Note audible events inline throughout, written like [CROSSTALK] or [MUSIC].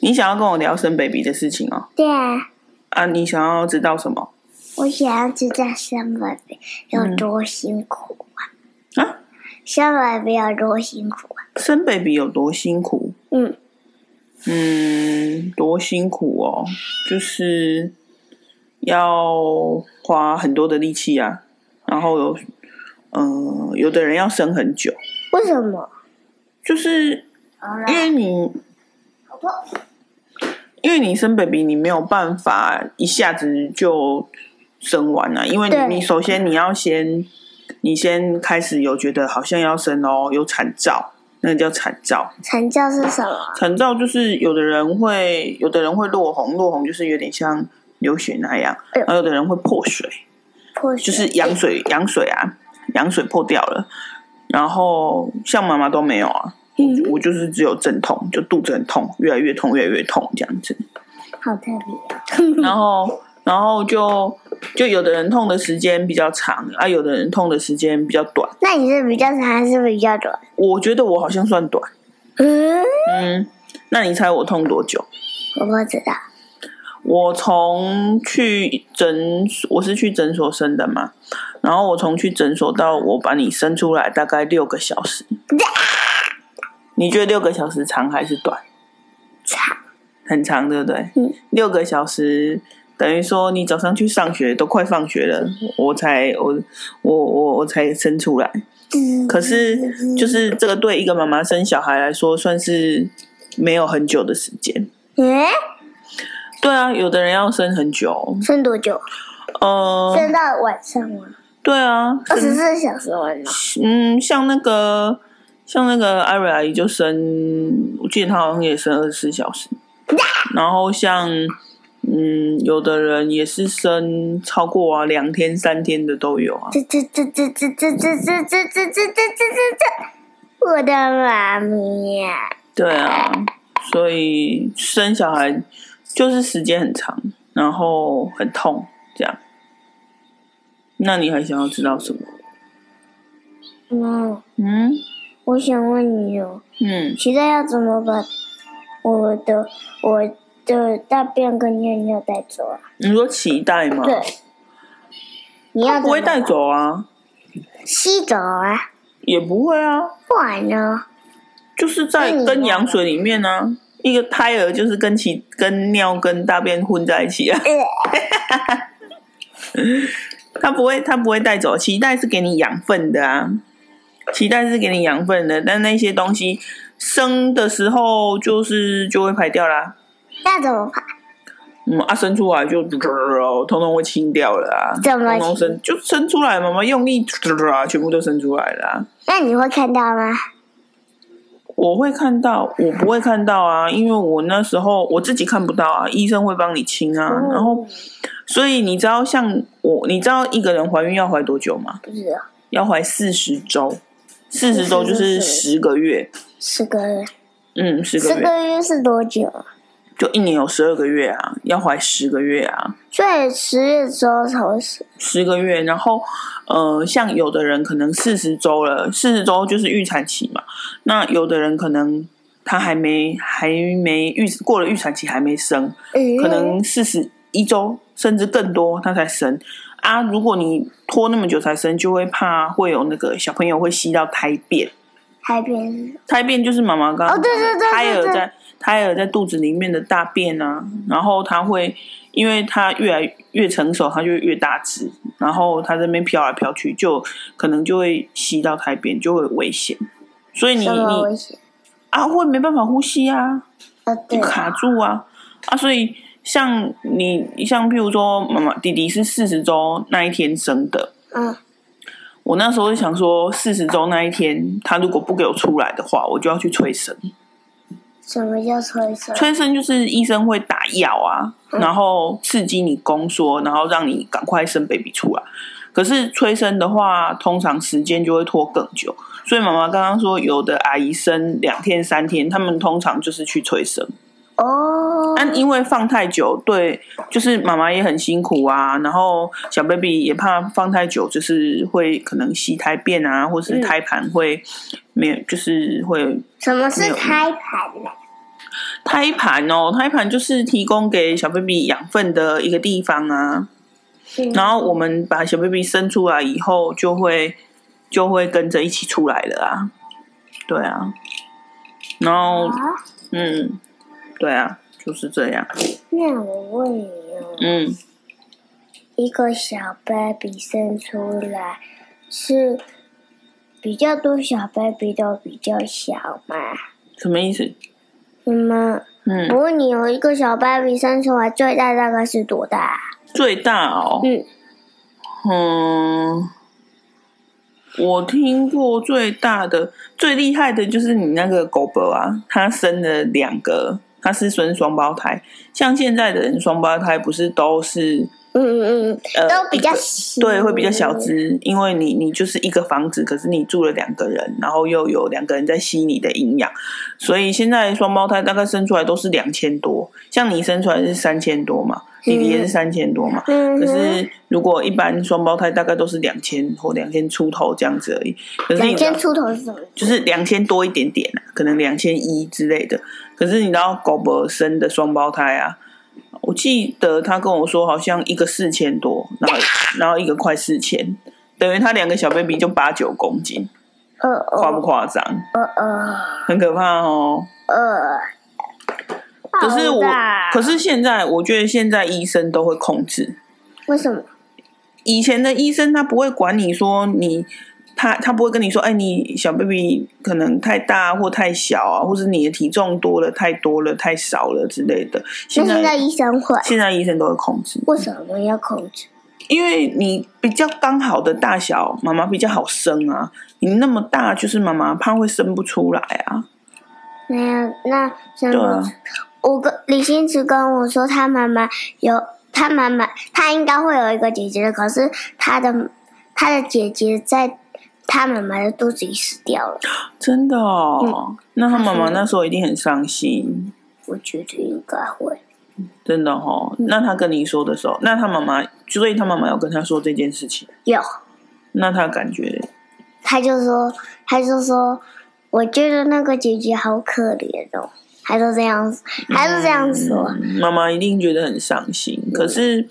你想要跟我聊生 baby 的事情哦？对啊，啊，你想要知道什么我想要知道生 baby 有多辛苦啊，啊？生 baby 有多辛苦啊？生 baby 有多辛苦？嗯，嗯，多辛苦哦，就是要花很多的力气啊，然后有，呃，有的人要生很久，为什么？就是好因为你，好痛！因为你生 baby，你没有办法一下子就生完啊，因为对你你首先你要先，你先开始有觉得好像要生哦，有产兆，那个叫产兆，成就是什么？产兆就是有的人会，有的人会落红，落红就是有点像流血那样，哎呦然后有的人会破水，破就就是羊水，羊水啊，羊水破掉了，然后像妈妈都没有啊，嗯，我就是只有阵痛，就肚子很痛，越来越痛，越来越痛这样子，好特别、然哦。后然后就就有的人痛的时间比较长，啊，有的人痛的时间比较短，那你是比较长还是比较短？我觉得我好像算短，嗯，嗯，那你猜我痛多久？我不知道。我从去诊，我是去诊所生的嘛，然后我从去诊所到我把你生出来大概六个小时。你觉得六个小时长还是短？长，很长，对不对？嗯六个小时等于说你早上去上学都快放学了，我才我我我我才生出来。可是就是这个对一个妈妈生小孩来说，算是没有很久的时间。嗯，对啊，有的人要生很久，生多久？呃，生到晚上吗？对啊，二十四小时完了。嗯，像那个像那个艾瑞阿姨就生，我记得她好像也生二十四小时，然后像嗯，有的人也是生超过啊两天三天的都有啊。这这这这这这这这这这这这这这这，我的妈咪呀、对啊，所以生小孩就是时间很长，然后很痛这样。那你还想要知道什么？嗯，嗯我想问你哦，嗯，现在要怎么把我的我的大便跟尿尿带走啊？你说脐带吗？对，，你要不会带走啊，吸走啊？也不会啊。不然呢？就是在跟羊水里面呢、啊，一个胎儿就是跟其跟尿跟大便混在一起啊， [LAUGHS] 它不会它不会带走，脐带是给你养分的啊，脐带是给你养分的，但那些东西生的时候就是就会排掉啦，那怎么办？嗯啊生出来就哦，通通会清掉了啊，怎么通通生就生出来，妈妈用力啊，全部都生出来了、啊。那你会看到吗？我会看到，我不会看到啊，因为我那时候我自己看不到啊，医生会帮你清啊。然后，所以你知道像我，你知道一个人怀孕要怀多久吗？不知道，要怀四十周，四十周就是40十个月，四个月，嗯，十四个月个月是多久啊？就一年有十二个月啊，要怀十个月啊，所以十月之后才会死。十个月。然后，呃，像有的人可能四十周了，四十周就是预产期嘛。那有的人可能他还没还没预过了预产期还没生，嗯可能四十一周甚至更多，它才生啊。如果你拖那么久才生，就会怕会有那个小朋友会吸到胎便，海边胎便就是妈妈刚刚哦对对对对胎儿对在胎儿在肚子里面的大便啊，然后它会因为它越来越成熟，它就会越大只，然后它这边飘来飘去，就可能就会吸到胎便，就会有危险。所以你什么危你险？啊会没办法呼吸啊，啊，就对，卡住啊啊！所以像你像譬如说，妈妈弟弟是四十周那一天生的，嗯，我那时候就想说，四十周那一天他如果不给我出来的话，我就要去催生。什么叫催生？催生就是医生会打药啊，嗯然后刺激你宫缩，然后让你赶快生 baby 出来。可是催生的话，通常时间就会拖更久，所以妈妈刚刚说，有的阿姨生两天三天，他们通常就是去催生。哦，但因为放太久，对，就是妈妈也很辛苦啊，然后小 baby 也怕放太久，就是会可能吸胎便啊，或是嗯胎盘会没有，就是会什么没是有胎盘呢？胎盘哦，胎盘就是提供给小 baby 养分的一个地方啊。嗯然后我们把小 baby 生出来以后，就会就会跟着一起出来的啊。对啊，然后啊，嗯，对啊，就是这样。那我问你哦，嗯，一个小 baby 生出来是比较多小 baby 都比较小嘛？什么意思？你们，嗯，我问你哦，一个小 baby 生出来最大大概是多大？最大哦，嗯，嗯，我听过最大的、最厉害的就是你那个狗伯啊，他生了两个，他是生双胞胎。像现在的人双胞胎不是都是嗯嗯呃嗯，都比一较个小，对会比较小只，因为你你就是一个房子，可是你住了两个人，然后又有两个人在吸你的营养，所以现在双胞胎大概生出来都是两千多，像你生出来是三千多嘛，弟弟也是三千多嘛，嗯哼，可是如果一般双胞胎大概都是两千或两千出头这样子而已，可是你两知道千出头是什么？就是两千多一点点啊，可能两千一之类的。可是你知道狗伯生的双胞胎啊，我记得他跟我说好像一个四千多，然后然后一个快四千，等于他两个小 baby 就八九公斤，呃夸不呃夸张？呃呃很可怕哦。呃，可是好我大，啊可是现在我觉得现在医生都会控制，为什么？以前的医生他不会管你说你，他他不会跟你说，哎，你小 baby 可能太大或太小啊，或者你的体重多了、太多了、太少了之类的。那现现在在医生会现在医生都会控制，为什么要控制？因为你比较刚好的大小，妈妈比较好生啊。你那么大，就是妈妈怕会生不出来啊。那那像对啊我，我跟李星驰跟我说，他妈妈有他妈妈，他应该会有一个姐姐的，可是他的他的姐姐在他妈妈的肚子里死掉了，真的哦，那他妈妈嗯那时候一定很伤心，我觉得应该会。真的哦。那他跟你说的时候，那他妈妈，所以他妈妈有跟他说这件事情，有，那他感觉他就说，他就说，我觉得那个姐姐好可怜哦，他就这样，他就这样说。嗯妈妈一定觉得很伤心。可是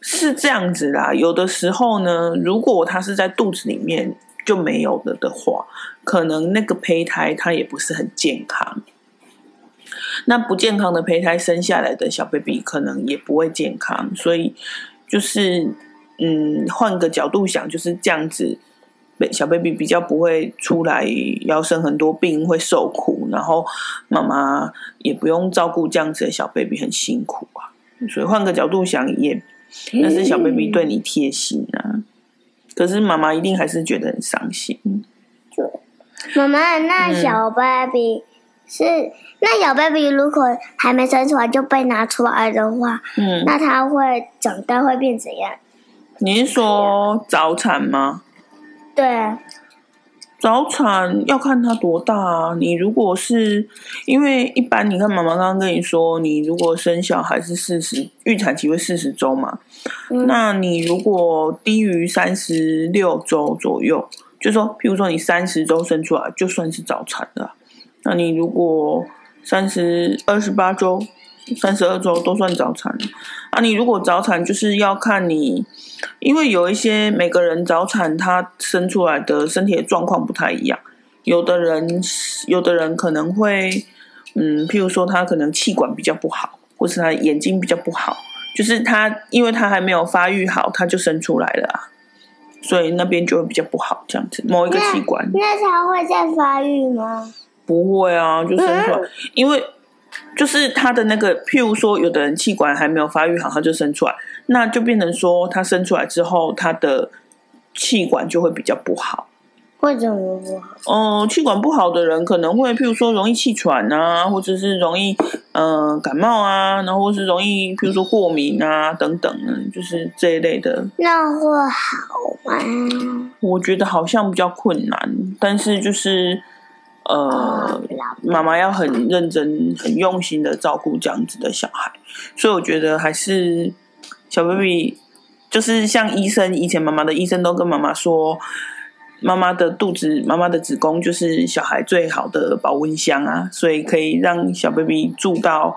是这样子啦，有的时候呢，如果他是在肚子里面就没有了的话，可能那个胚胎它也不是很健康。那不健康的胚胎生下来的小 baby 可能也不会健康，所以就是嗯，换个角度想，就是这样子。小 baby 比较不会出来要生很多病，会受苦，然后妈妈也不用照顾这样子的小 baby，很辛苦啊。所以换个角度想也，那是小 baby 对你贴心啊。可是妈妈一定还是觉得很伤心。妈妈，那嗯小 baby、是那小 baby 如果还没生出来就被拿出来的话，嗯，那它会长大会变怎样？你是说早产吗？对，早产要看它多大啊！你如果是因为一般，你看妈妈刚刚跟你说，你如果生小孩是四十，预产期会四十周嘛，嗯那你如果低于三十六周左右，就说，譬如说你三十周生出来，就算是早产了啊。那你如果三十二十八周、三十二周都算早产啊。你如果早产，就是要看你，因为有一些每个人早产，他生出来的身体的状况不太一样。有的人，有的人可能会，嗯，譬如说他可能气管比较不好，或是他眼睛比较不好，就是他因为他还没有发育好，他就生出来了啊，所以那边就会比较不好，这样子某一个器官。那它会再发育吗？不会啊，就生出来，因为就是他的那个，譬如说，有的人气管还没有发育好，他就生出来，那就变成说，他生出来之后，他的气管就会比较不好。为什么不好？嗯、气管不好的人可能会，譬如说容易气喘啊，或者是容易呃感冒啊，然后或是容易譬如说过敏啊等等，嗯就是这一类的那会好吗？我觉得好像比较困难，但是就是哦呃，妈妈要很认真、很用心的照顾这样子的小孩，所以我觉得还是小 baby，就是像医生以前妈妈的医生都跟妈妈说，妈妈的肚子，妈妈的子宫就是小孩最好的保温箱啊，所以可以让小 baby 住到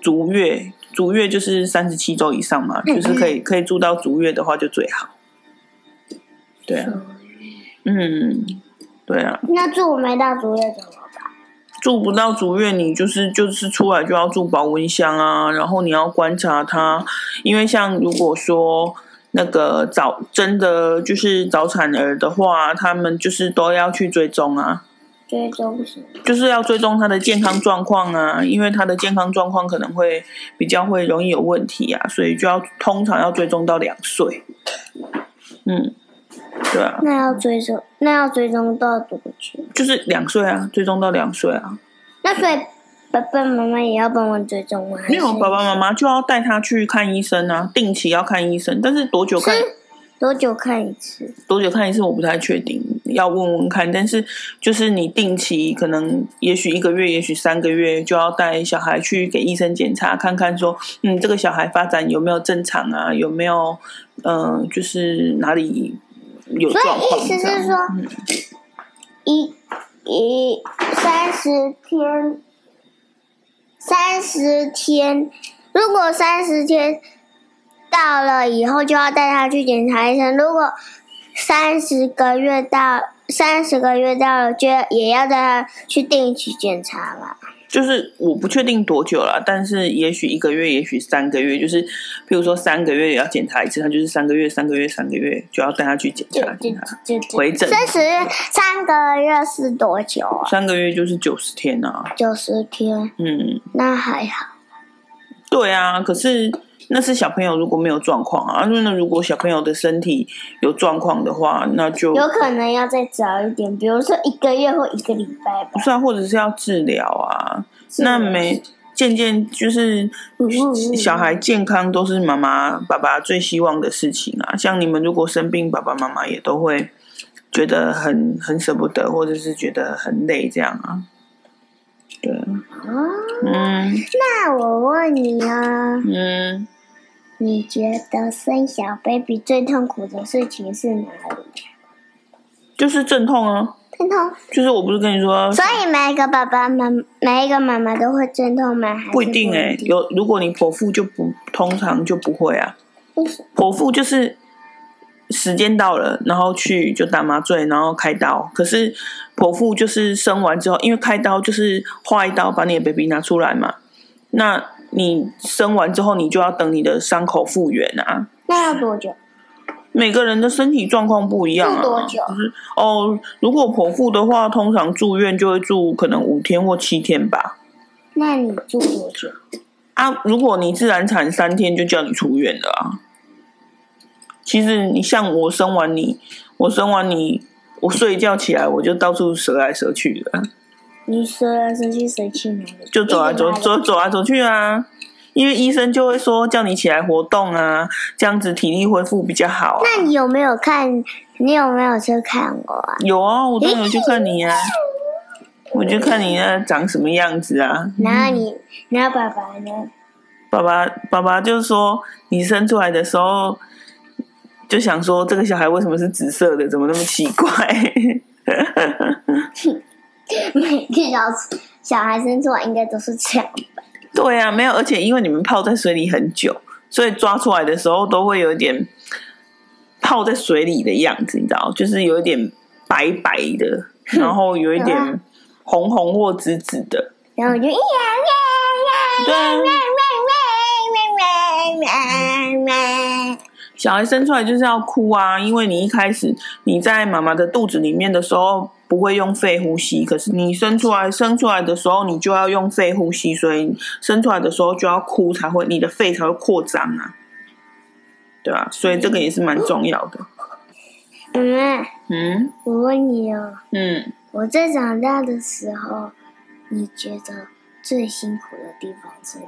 足月，足月就是三十七周以上嘛，嗯就是可以可以住到足月的话就最好。对啊，嗯，对啊，那住没到足月怎么办？住不到足月，你就是就是出来就要住保温箱啊，然后你要观察它，因为像如果说那个早真的就是早产儿的话，他们就是都要去追踪啊，追踪是吗就是要追踪他的健康状况啊，因为他的健康状况可能会比较会容易有问题啊，所以就要通常要追踪到两岁，嗯，对啊，那要追踪，那要追踪到多久？就是两岁啊，追踪到两岁啊，那所以爸爸妈妈也要帮我追踪吗？没有，还是爸爸妈妈就要带他去看医生啊，定期要看医生，但是多久看是多久看一次？多久看一次我不太确定，要问问看。但是就是你定期可能也许一个月，也许三个月就要带小孩去给医生检查，看看说，嗯，这个小孩发展有没有正常啊，有没有嗯、呃就是哪里有所以状况这样？意思是说嗯一一三十天，三十天，如果三十天到了以后就要带他去检查医生，如果三十个月到三十个月到了，就要也要带他去定期检查嘛。就是我不确定多久了，但是也许一个月，也许三个月，就是譬如说三个月也要检查一次，他就是三个月、三个月、三个月就要带他去检就查检就查。就就回诊三十三个月是多久啊？三个月就是九十天啊，九十天，嗯，那还好。对啊。可是那是小朋友如果没有状况啊，那如果小朋友的身体有状况的话，那就有可能要再早一点，比如说一个月或一个礼拜吧不。是啊，或者是要治疗啊。疗那每渐渐就是小孩健康都是妈妈、爸爸最希望的事情啊。像你们如果生病，爸爸妈妈也都会觉得很很舍不得，或者是觉得很累这样啊。对，啊，嗯那我问你啊，嗯，你觉得生小 baby 最痛苦的事情是哪里？就是阵痛啊，阵痛。就是我不是跟你说所以每一个爸爸妈妈，每一个妈妈都会阵痛吗？还是不一定哎、有如果你剖腹就不通常就不会啊。剖腹就是时间到了，然后去就打麻醉，然后开刀。可是剖腹就是生完之后，因为开刀就是划一刀把你的 baby 拿出来嘛。那你生完之后，你就要等你的伤口复原啊。那要多久？每个人的身体状况不一样啊。住多久就是哦，如果剖腹的话，通常住院就会住可能五天或七天吧。那你住多久？啊，如果你自然产三天就叫你出院了啊。其实你像我生完你，我生完你，我睡一觉起来我就到处折来折去的，你说来说去谁去哪里？就走来啊走一直走走来走去啊。因为医生就会说叫你起来活动啊，这样子体力恢复比较好啊。那你有没有看？你有没有去看我啊？有啊，我都有去看你啊，我就看你那长什么样子啊。然后你，然后爸爸呢？爸爸爸爸就说，你生出来的时候就想说，这个小孩为什么是紫色的？怎么那么奇怪？ [LAUGHS] 每个小小孩生出来应该都是这样。对啊，没有，而且因为你们泡在水里很久，所以抓出来的时候都会有一点泡在水里的样子，你知道，就是有一点白白的，然后有一点红红或紫紫的。然后我就呀呀对啊，呀呀呀呀呀！小孩生出来就是要哭啊，因为你一开始你在妈妈的肚子里面的时候不会用肺呼吸，可是你生出来生出来的时候你就要用肺呼吸，所以生出来的时候就要哭才会你的肺才会扩张啊，对啊，所以这个也是蛮重要的。妈妈，嗯我问你哦，嗯，我在长大的时候，你觉得最辛苦的地方是哪？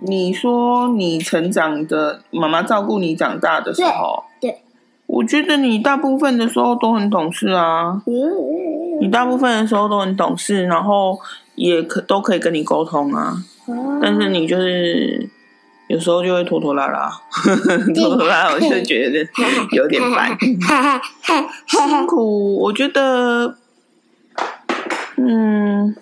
你说你成长的妈妈照顾你长大的时候，对，我觉得你大部分的时候都很懂事啊。你嗯，大部分的时候都很懂事，然后也可都可以跟你沟通啊，但是你就是有有时候就会拖拖拉 [LAUGHS] 拉，拖拖拉拉，我就觉得有点烦。辛苦，我觉得，嗯，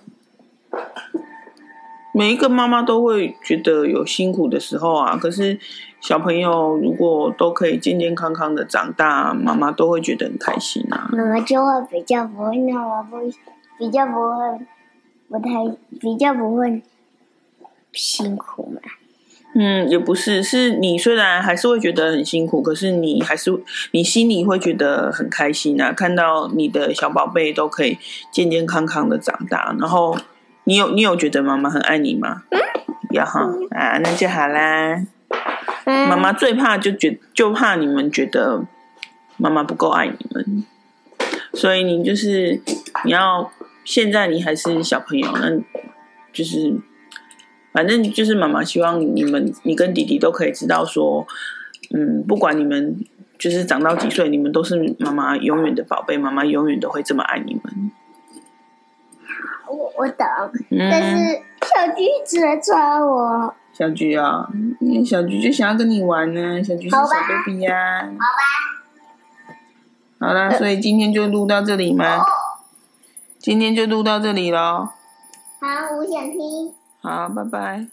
每一个妈妈都会觉得有辛苦的时候啊。可是小朋友如果都可以健健康康的长大，妈妈都会觉得很开心啊。妈妈就会比较不会那么不，比较不会，不太比较不会辛苦嘛。嗯，也不是，是你虽然还是会觉得很辛苦，可是你还是你心里会觉得很开心啊！看到你的小宝贝都可以健健康康的长大，然后你有你有觉得妈妈很爱你吗？嗯，有哈啊，那就好啦。嗯妈妈最怕就觉就怕你们觉得妈妈不够爱你们，所以你就是你要现在你还是小朋友，那就是反正就是妈妈希望你们你跟弟弟都可以知道说，嗯，不管你们就是长到几岁，你们都是妈妈永远的宝贝，妈妈永远都会这么爱你们。我我懂，嗯、但是小橘一直来抓我。小菊啊，因为小菊就想要跟你玩呢、小菊是小好吧 baby 呀、好吧。好啦，所以今天就录到这里吗？今天就录到这里喽。好，我想听。好，拜拜。